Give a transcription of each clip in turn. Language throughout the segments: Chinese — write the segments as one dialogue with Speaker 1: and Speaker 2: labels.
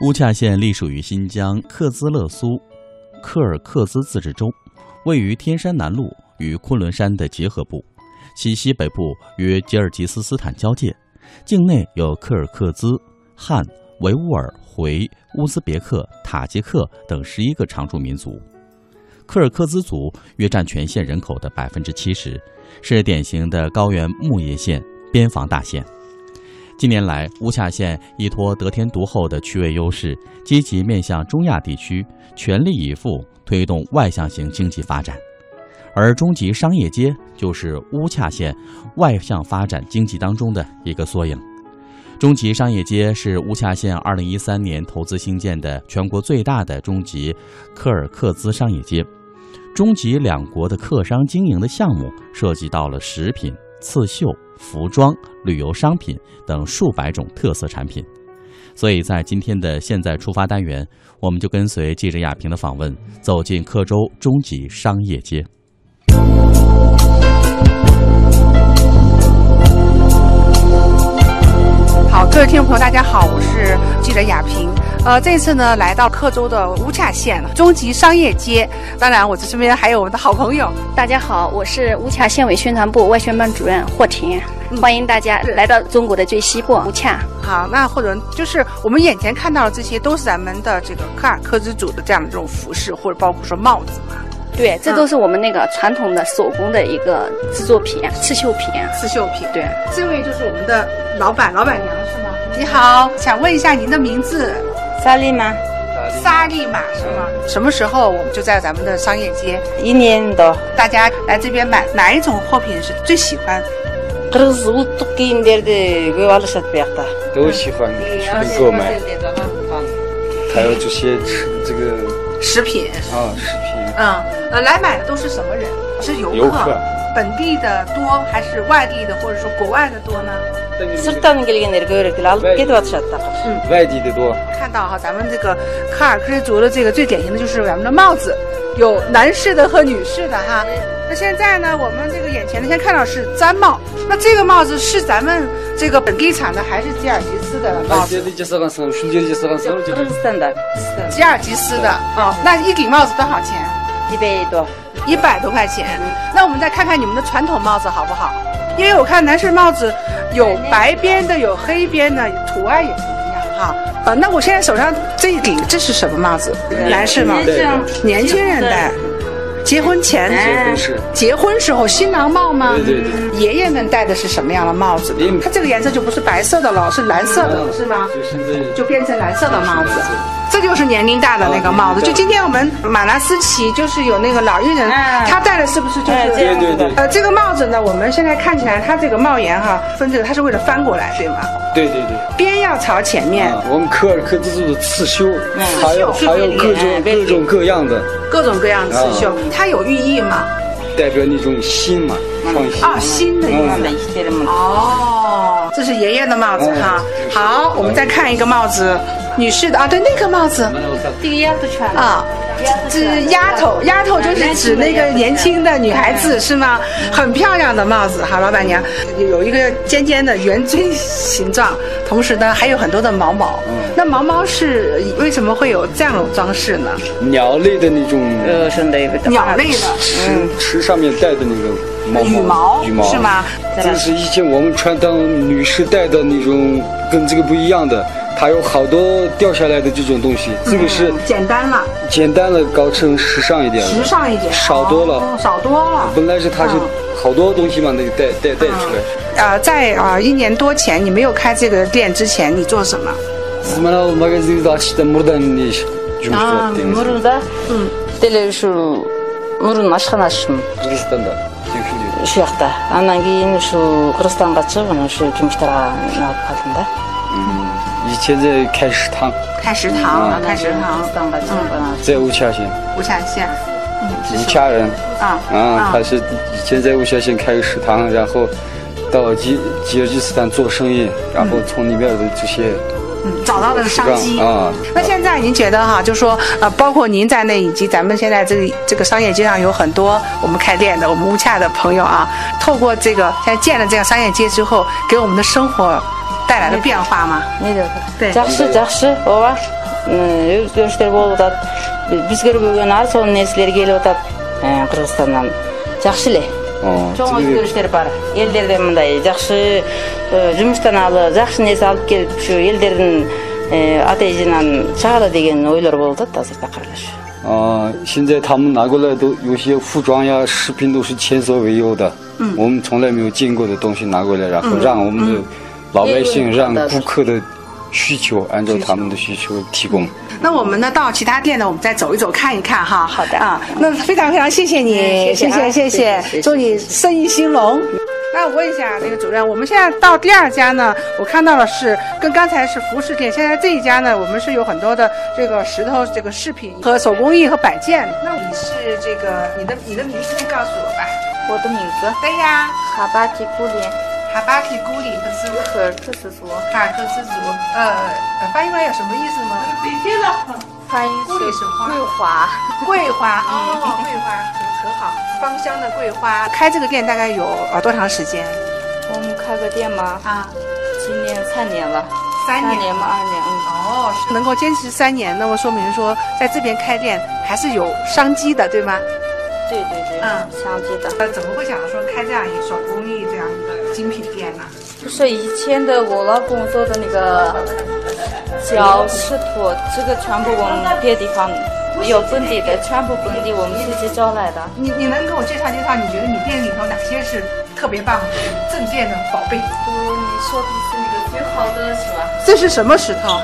Speaker 1: 乌恰县隶属于新疆克孜勒苏柯尔克孜自治州，位于天山南麓与昆仑山的结合部，其西北部与吉尔吉斯斯坦交界，境内有柯尔克孜、汉、维吾尔、回、乌兹别克、塔吉克等十一个常住民族。柯尔克孜族约占全县人口的百分之七十，是典型的高原牧业县、边防大县。近年来，乌恰县依托得天独厚的区位优势，积极面向中亚地区，全力以赴推动外向型经济发展。而中级商业街就是乌恰县外向发展经济当中的一个缩影。中级商业街是乌恰县2013年投资兴建的全国最大的中级柯尔克孜商业街。中吉两国的客商经营的项目涉及到了食品、刺绣、服装、旅游商品等数百种特色产品。所以在今天的现在出发单元，我们就跟随记者亚平的访问，走进克州中吉商业街。
Speaker 2: 好，各位听众朋友，大家好，我是记者雅萍。呃，这次呢，来到克州的乌恰县中级商业街。当然，我这身边还有我们的好朋友。
Speaker 3: 大家好，我是乌恰县委宣传部外宣办主任霍婷，欢迎大家来到中国的最西部乌恰。
Speaker 2: 好，那或者就是我们眼前看到的这些，都是咱们的这个柯尔克孜族的这样的这种服饰，或者包括说帽子嘛。
Speaker 3: 对，这都是我们那个传统的手工的一个制作品，刺绣品。
Speaker 2: 刺绣品。
Speaker 3: 对，
Speaker 2: 这位就是我们的老板，老板娘是吗？你好，想问一下您的名字，
Speaker 4: 萨利吗？
Speaker 2: 沙利玛是吗？什么时候我们就在咱们的商业街，
Speaker 4: 一年多。
Speaker 2: 大家来这边买哪一种货品是最喜欢？
Speaker 4: Kırgız utuk giyimlerde göğe alışat bir yakta.
Speaker 5: 都喜欢去购买，还有这些吃这个
Speaker 2: 食品。
Speaker 5: 啊食品，
Speaker 2: 嗯，呃，来买的都是什么人？是游客，
Speaker 5: 游客
Speaker 2: 本地的多还是外地的，或者说国外的多呢？
Speaker 4: Sırttan gelgenler göğrekli alıp
Speaker 5: Evet.
Speaker 4: gidip atışatta.
Speaker 5: 外地的多，
Speaker 2: 看到哈，咱们这个柯尔克孜族的这个最典型的就是咱们的帽子，有男士的和女士的哈。那现在呢，我们这个眼前的先看到是毡帽，那这个帽子是咱们这个本地产的还是吉尔吉斯的帽子？
Speaker 5: 啊
Speaker 4: Kırgız'dan da.
Speaker 2: 吉尔吉斯的啊、那一顶帽子多少钱？
Speaker 4: İbeyi de.
Speaker 2: 一百多块钱。那我们再看看你们的传统帽子好不好？因为我看男士帽子有白边的，有黑边的，图案也不一样哈。呃，那我现在手上这一顶，这是什么帽子？男士帽
Speaker 5: 年，轻人哎
Speaker 2: 年轻人戴，结婚前，
Speaker 5: 结婚是
Speaker 2: 结婚时候新郎帽吗？
Speaker 5: 对对对
Speaker 2: 爷爷们戴的是什么样的帽子
Speaker 5: 嗯？
Speaker 2: 它这个颜色就不是白色的了，是蓝色的，
Speaker 5: 嗯
Speaker 2: 是吗？
Speaker 5: 就是这
Speaker 2: 就变成蓝色的帽子
Speaker 5: 是是是。
Speaker 2: 这就是年龄大的那个帽子。
Speaker 5: 哦
Speaker 2: 就今天我们马拉斯奇就是有那个老艺人，
Speaker 4: 哎
Speaker 2: 他戴的是不是就是
Speaker 4: 哎这样
Speaker 5: 对对对
Speaker 2: 呃，这个帽子呢，我们现在看起来它这个帽檐哈，分这个它是为了翻过来，对吗？
Speaker 5: 对对对，
Speaker 2: 边要朝前面，
Speaker 5: 啊，我们柯尔克孜族的刺绣，还有
Speaker 2: 刺绣
Speaker 5: 还有各
Speaker 4: 哎
Speaker 5: 种
Speaker 4: 对
Speaker 5: 各种各样的，
Speaker 2: 各种各样的刺
Speaker 5: 啊
Speaker 2: 绣，它有寓意吗？
Speaker 5: 代表那种新嘛，创新。
Speaker 2: 啊，新的意
Speaker 5: 嗯
Speaker 4: Tamam
Speaker 2: 思
Speaker 4: ben。isterim.
Speaker 2: 哦，这是爷爷的帽子哈。
Speaker 5: 嗯
Speaker 2: 好，我们再看一个帽子，女士的啊，对，那个帽子
Speaker 3: 这个鸭子圈
Speaker 2: 啊。这是丫头，丫头就是指那个年轻的女孩子是吗？很漂亮的帽子，好，老板娘有一个尖尖的圆锥形状，同时呢还有很多的毛毛。
Speaker 5: 嗯
Speaker 2: 那毛毛是为什么会有这样的装饰呢？
Speaker 5: 鸟类的那种
Speaker 4: Şunda bir de.
Speaker 2: 鸟类的
Speaker 5: 池池上面戴的那个毛
Speaker 2: 羽毛
Speaker 5: 羽毛
Speaker 2: 是吗？
Speaker 5: 这是以前我们穿当女士戴的那种，跟这个不一样的，它有好多掉下来的这种东西，这个是
Speaker 2: 嗯简单了，
Speaker 5: 简单的搞成时尚一点了，
Speaker 2: 时尚一点，
Speaker 5: 少多了
Speaker 2: 哦少多了。
Speaker 5: 本来是它是
Speaker 2: 嗯
Speaker 5: 好多东西嘛，那个带带带出来。
Speaker 2: 呃，在啊、呃一年多前你没有开这个店之前，你做什么？
Speaker 5: Zımanalı magazininde açtım buradan ne iş? Cumhur
Speaker 2: 啊
Speaker 4: Aa, Murun da. Deli şu Murun aşkın aşkın
Speaker 5: Kırgızistan'da.
Speaker 4: şu yakta. Ondan keyin şu Kırgız'dan kaçıp onu şu Cumhurbaşkanı'na alıp kaldım da.
Speaker 5: 以前在开食堂，
Speaker 2: 开食堂
Speaker 5: 嗯
Speaker 2: 啊，开食堂，
Speaker 4: Kırgız'dan kaçıp bana.
Speaker 5: 在乌恰县，
Speaker 2: 无下线嗯
Speaker 5: 乌恰人
Speaker 2: 啊
Speaker 5: 啊，他是以前在乌恰县开个食堂，然后到吉吉尔吉斯坦做生意，然
Speaker 2: 嗯
Speaker 5: 后从里面的这些
Speaker 2: 找到了商机
Speaker 5: 啊
Speaker 2: 那现在您觉得哈，就说呃，包括您在内，以及咱们现在这个这个商业街上有很多我们开店的、我们乌恰的朋友啊，透过这个现在建了这样商业街之后，给我们的生活带来了变化吗？
Speaker 4: Ne dedi?
Speaker 2: Evet.
Speaker 4: Cakşı cakşı ova. o'z görüşleri bo'lib o'tadi bizga bo'lgan har son nesler kelib o'tadi ә, qirg'izistondan yaxshi эле
Speaker 5: Aa,
Speaker 4: чоң
Speaker 5: siz-
Speaker 4: өзгөрүштөр бар элдерде мындай жакшы э, жумуштан алып жакшы нерсе алып келип ушу элдердин э, атайжынан чыгалы деген ойлор болуп атат азыркы каралаш
Speaker 5: 啊、现在他们拿过来都有些服装呀、饰品都是前所未有的，嗯，我们从来没有见过的东西拿过来，然后让我们的老百姓、
Speaker 4: 嗯
Speaker 5: 让顾客的需求按照他们的需求提供。
Speaker 2: 那我们呢，到其他店呢，我们再走一走，看一看哈。
Speaker 3: 好的
Speaker 2: 啊，那非常非常谢谢你，
Speaker 4: 嗯谢谢
Speaker 2: 谢
Speaker 4: 啊谢谢谢
Speaker 2: 谢，
Speaker 4: 谢
Speaker 2: 祝你生意兴隆。那我问一下那个主任，我们现在到第二家呢，我看到了是跟刚才是服饰店，现在这一家呢，我们是有很多的这个石头、这个饰品和手工艺和摆件。那你是这个你的你的名字告诉我吧？
Speaker 6: 我的名字
Speaker 2: 对呀，
Speaker 6: 哈巴提古林，
Speaker 2: 哈巴提古里克斯
Speaker 6: 可尔克斯族，
Speaker 2: 卡克斯族，呃，翻译过来有什么意思吗？
Speaker 6: 翻译
Speaker 2: 古里
Speaker 6: 是
Speaker 2: 是花
Speaker 6: 桂花。
Speaker 2: 桂花，哦，桂花很好，芳香的桂花。开这个店大概有呃多长时间
Speaker 6: 我们开个店嘛，
Speaker 2: 啊？
Speaker 6: 今年三年了，
Speaker 2: 三年
Speaker 6: 年嘛，二年，嗯，
Speaker 2: 哦，是能够坚持三年，那么说明说在这边开店还是有商机的，对吗？
Speaker 6: 对对对，
Speaker 2: 嗯
Speaker 6: 相机的。
Speaker 2: 呃，怎么会想到说开这样一个手工艺这样一个精品店呢？
Speaker 6: 不是以前的我老公做的那个脚石土，这个全部我们别地方没有本地的，全部本地我们自己找来的。
Speaker 2: 你你能给我介绍介绍？你觉得你店里头哪些是特别棒的镇店的宝贝？
Speaker 6: 哦，你说的是那个最好的是吧？
Speaker 2: 这是什么石头？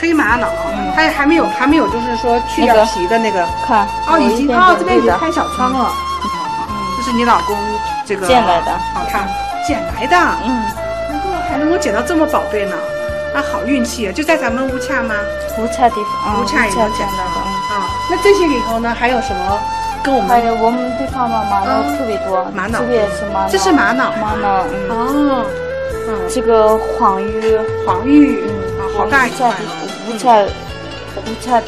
Speaker 2: 黑玛瑙，它还没有还没有就是说去
Speaker 6: 嗯那
Speaker 2: 掉
Speaker 6: 个
Speaker 2: 皮的那个。
Speaker 6: 看，
Speaker 2: 哦，
Speaker 6: 有
Speaker 2: 已
Speaker 6: 一
Speaker 2: 经
Speaker 6: 点
Speaker 2: 哦
Speaker 6: 点，
Speaker 2: 这边已
Speaker 6: 绿
Speaker 2: 经
Speaker 6: 的
Speaker 2: 开小窗了。嗯这是你老公这个
Speaker 6: 捡嗯来的
Speaker 2: 好看，捡来的，
Speaker 6: 嗯，
Speaker 2: 能够还能够捡到这么宝贝呢，那好运气啊！就在咱们乌恰吗？
Speaker 6: 无差地方，嗯
Speaker 2: 乌恰也能捡到
Speaker 6: 嗯
Speaker 2: 啊。那这些里头呢，还有什么跟我
Speaker 6: 还
Speaker 2: 们？
Speaker 6: 有我们地方嘛，玛瑙特别多，
Speaker 2: 玛瑙
Speaker 6: 嗯这个也是玛瑙，
Speaker 2: 这是玛瑙
Speaker 6: 玛瑙，嗯，
Speaker 2: 哦，嗯，
Speaker 6: 这个黄玉，
Speaker 2: 黄玉
Speaker 6: 嗯
Speaker 2: 啊，，好大一块啊，
Speaker 6: 五彩，五彩，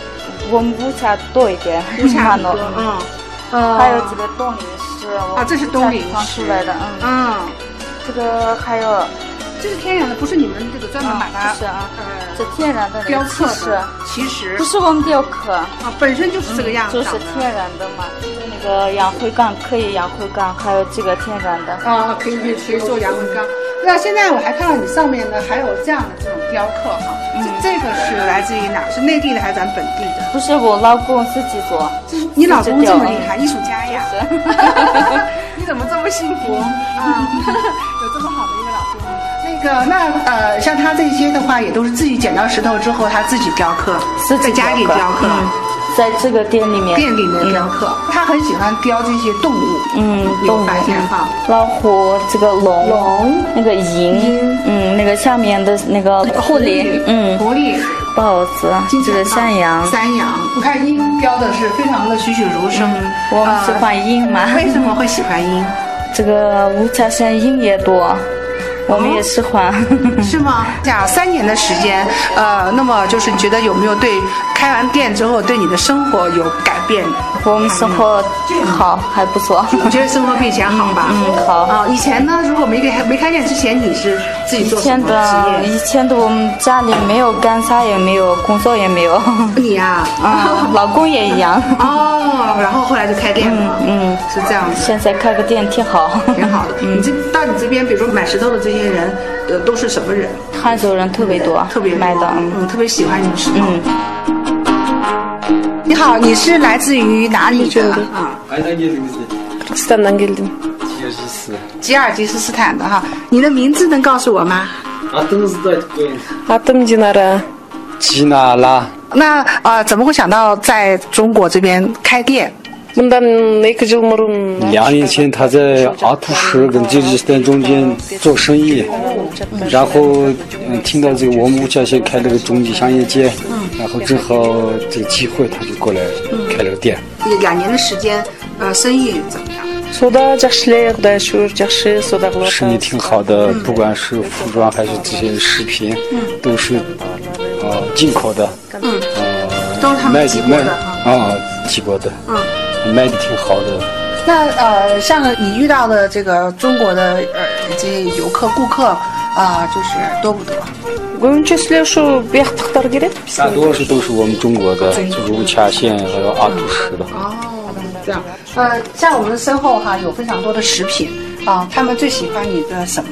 Speaker 6: 我们五彩多一点，
Speaker 2: 乌恰
Speaker 6: 玛
Speaker 2: 很
Speaker 6: 瑙
Speaker 2: 多，，嗯，呃
Speaker 6: 还有这个冻龄石，我
Speaker 2: 啊这是冻龄石
Speaker 6: 五彩地方出来的，嗯，
Speaker 2: 嗯，
Speaker 6: 这个还有，
Speaker 2: 这是天然的，不是你们这个专门
Speaker 6: 嗯
Speaker 2: 把它
Speaker 6: 不是啊，这
Speaker 2: 呃
Speaker 6: 天然的
Speaker 2: 雕刻
Speaker 6: 是，
Speaker 2: 的，其实
Speaker 6: 不是我们雕刻，
Speaker 2: 啊，本身就是这个样子
Speaker 6: 嗯就
Speaker 2: 长
Speaker 6: 是
Speaker 2: 的，
Speaker 6: 天然的嘛，就是那个洋灰缸可以养灰缸，还有这个天然的，
Speaker 2: 啊，可以可以可以做洋文缸。那现在我还看到你上面呢还有这样的这种雕刻哈，这、这个是来自于哪？是内地的还是咱们本地的？
Speaker 6: 不是我老公自己做，
Speaker 2: 你老公这么厉害，艺术家呀！ 你怎么这么幸福 啊？有这么好的一个老公。那个，那呃，像他这些的话，也都是自己捡到石头之后，他自己雕刻，
Speaker 6: 自己
Speaker 2: 在家里雕刻，
Speaker 6: 嗯，在这个店里面，
Speaker 2: 店里面雕刻。他很喜欢雕这些动物，
Speaker 6: 嗯
Speaker 2: 你，有
Speaker 6: 动物
Speaker 2: 发现哈？
Speaker 6: 老虎，这个龙，龙，那个鹰，嗯，那个下面的那个狐狸，嗯，
Speaker 2: 狐狸，啊
Speaker 6: 豹子，这个山羊，
Speaker 2: 山羊，你看鹰雕的是非常的栩栩如生。
Speaker 6: 嗯
Speaker 2: 啊
Speaker 6: 我们喜欢鹰嘛
Speaker 2: 呃，为什么会喜欢 鹰？
Speaker 6: 这个五彩山鹰也多，我们也喜欢。
Speaker 2: 是吗？讲三年的时间，呃，那么就是你觉得有没有对开完店之后对你的生活有改变？
Speaker 6: 我们生活好，还不错。
Speaker 2: 你觉得生活比以前好吧？
Speaker 6: 嗯嗯好
Speaker 2: 啊、以前呢，如果没开没开店之前，你是自己
Speaker 6: 以
Speaker 2: 做什
Speaker 6: 前
Speaker 2: 么
Speaker 6: 的
Speaker 2: 职业？
Speaker 6: 以前的我们家里没有干啥，也没有工作，也没有。
Speaker 2: 你呀、啊
Speaker 6: 嗯， 老公也一样。
Speaker 2: 哦，然后后来就开店了，
Speaker 6: 嗯嗯
Speaker 2: 是这样子。
Speaker 6: 现在开个店挺好。
Speaker 2: 挺好的，你这到你这边，比如说买石头的这些人，呃，都是什么人？
Speaker 6: 汉族人特别多，
Speaker 2: 特别多
Speaker 6: 买的，嗯
Speaker 2: 嗯，特别喜欢你们石头。
Speaker 6: 嗯。
Speaker 2: 嗯你好，你是来自于哪里的？啊，
Speaker 5: Aynen geldiğimiz
Speaker 7: Kırgızistan'dan geldim.
Speaker 5: Yercisi.
Speaker 2: 吉尔吉斯斯坦的哈。你的名字能告诉我吗？
Speaker 5: Adınızı da açıp koyun.
Speaker 7: Adım Cinara.
Speaker 5: Cinala.
Speaker 2: 那呃，怎么会想到在中国这边开店？
Speaker 7: Bundan iki yıl murun
Speaker 5: 两年前他在阿图什跟吉尔吉斯坦中间做生意，然后嗯听到这个我们乌恰县开了个中级商业街，
Speaker 2: 嗯
Speaker 5: 然后正好这个机会他就过来开了个店。
Speaker 2: 两年的时间，呃，生意怎么样？
Speaker 7: Suda cakşile kuday şur cakşı suda
Speaker 2: 嗯
Speaker 5: 生意
Speaker 7: kulata.
Speaker 5: 挺好的，不管是服装还是这些饰品，
Speaker 2: 嗯
Speaker 5: 都是啊进口的，呃
Speaker 2: 都是他
Speaker 5: 卖
Speaker 2: 们
Speaker 5: 的
Speaker 2: 提供
Speaker 5: 卖
Speaker 2: 的哈。嗯
Speaker 5: 啊齐国的，卖的挺好的。
Speaker 2: 那呃，像你遇到的这个中国的呃这些游客顾客，啊，就是多不多？
Speaker 7: көбінше сілер шу бияқтықтар келеді
Speaker 5: 大多数都是我们中国的，就是乌恰县还有阿图什的。
Speaker 2: 嗯哦，这样。呃，在我们身后哈有非常多的食品啊，他们最喜欢你的什么？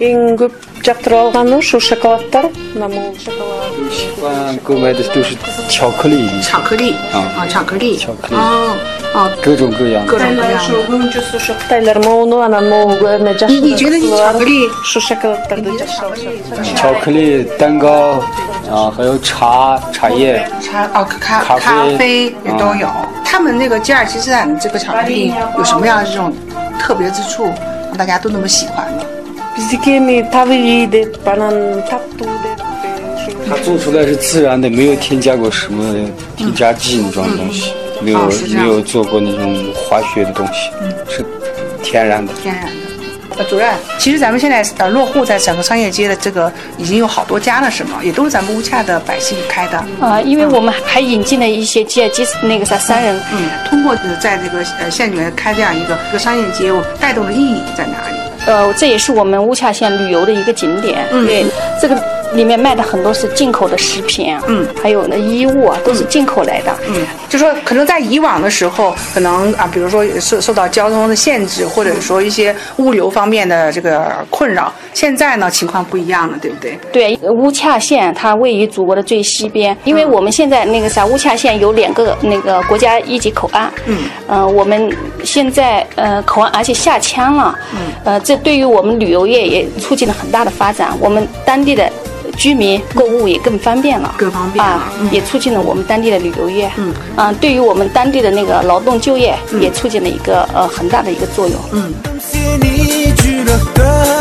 Speaker 7: ең көп жақтырып алғаны шу шоколадтар мына мол шоколад
Speaker 5: 喜欢购买的都是巧克力，
Speaker 2: 巧克力
Speaker 5: 啊
Speaker 2: 啊，巧克力，
Speaker 5: 巧克力
Speaker 2: 哦哦，
Speaker 5: 各种各样
Speaker 2: 各
Speaker 5: 的。
Speaker 2: 种各样的。
Speaker 7: көбінше сол шу қытайлар моуну анан могу мына жакшы
Speaker 2: 你你觉得你巧克力？
Speaker 7: шу шоколадтарды жакшы
Speaker 5: 巧克力蛋糕啊，还有茶茶叶，
Speaker 2: 茶哦咖
Speaker 5: 咖啡啊
Speaker 2: 咖啡也都有。他们那个吉尔吉斯坦的这个巧克力有什么样的这种特别之处，让大家都那么喜欢呢？
Speaker 7: биздики эми табигый деп анан таптуу деп э, ушул
Speaker 5: 它做出来是自然的，没有添加过什么添加剂那种东西，没有
Speaker 2: 哦是这样嗯
Speaker 5: 没有做过那种化学的东西，是天然的。
Speaker 2: 天然的。呃，主任，其实咱们现在呃落户在整个商业街的这个已经有好多家了，是吗？也都是咱们乌恰的百姓开的。
Speaker 3: 啊，因为我们还引进了一些吉尔吉斯那个啥商人，
Speaker 2: 嗯，通过呃在这个呃县里面开这样一个一个商业街，我带动的意义在哪里？
Speaker 3: 呃，这也是我们乌恰县旅游的一个景点。
Speaker 2: 嗯
Speaker 3: 对，这个里面卖的很多是进口的食品，啊
Speaker 2: 嗯，
Speaker 3: 还有呢衣物啊，都是进口来的。
Speaker 2: 嗯，就说可能在以往的时候，可能啊，比如说受受到交通的限制，或者说一些物流方面的这个困扰，现在呢情况不一样了，对不对？
Speaker 3: 对，乌恰县它位于祖国的最西边，
Speaker 2: 嗯
Speaker 3: 因为我们现在那个啥，乌恰县有两个那个国家一级口岸，
Speaker 2: 嗯，
Speaker 3: 呃，我们现在呃口岸而且下迁了，嗯，呃，这对于我们旅游业也促进了很大的发展，我们当地的居民购物也更方便了，
Speaker 2: 更方便了
Speaker 3: 啊，
Speaker 2: 嗯
Speaker 3: 也促进了我们当地的旅游业，
Speaker 2: 嗯，
Speaker 3: 啊、对于我们当地的那个劳动就业也促进了一个呃很大的一个作用，
Speaker 8: seni cürahta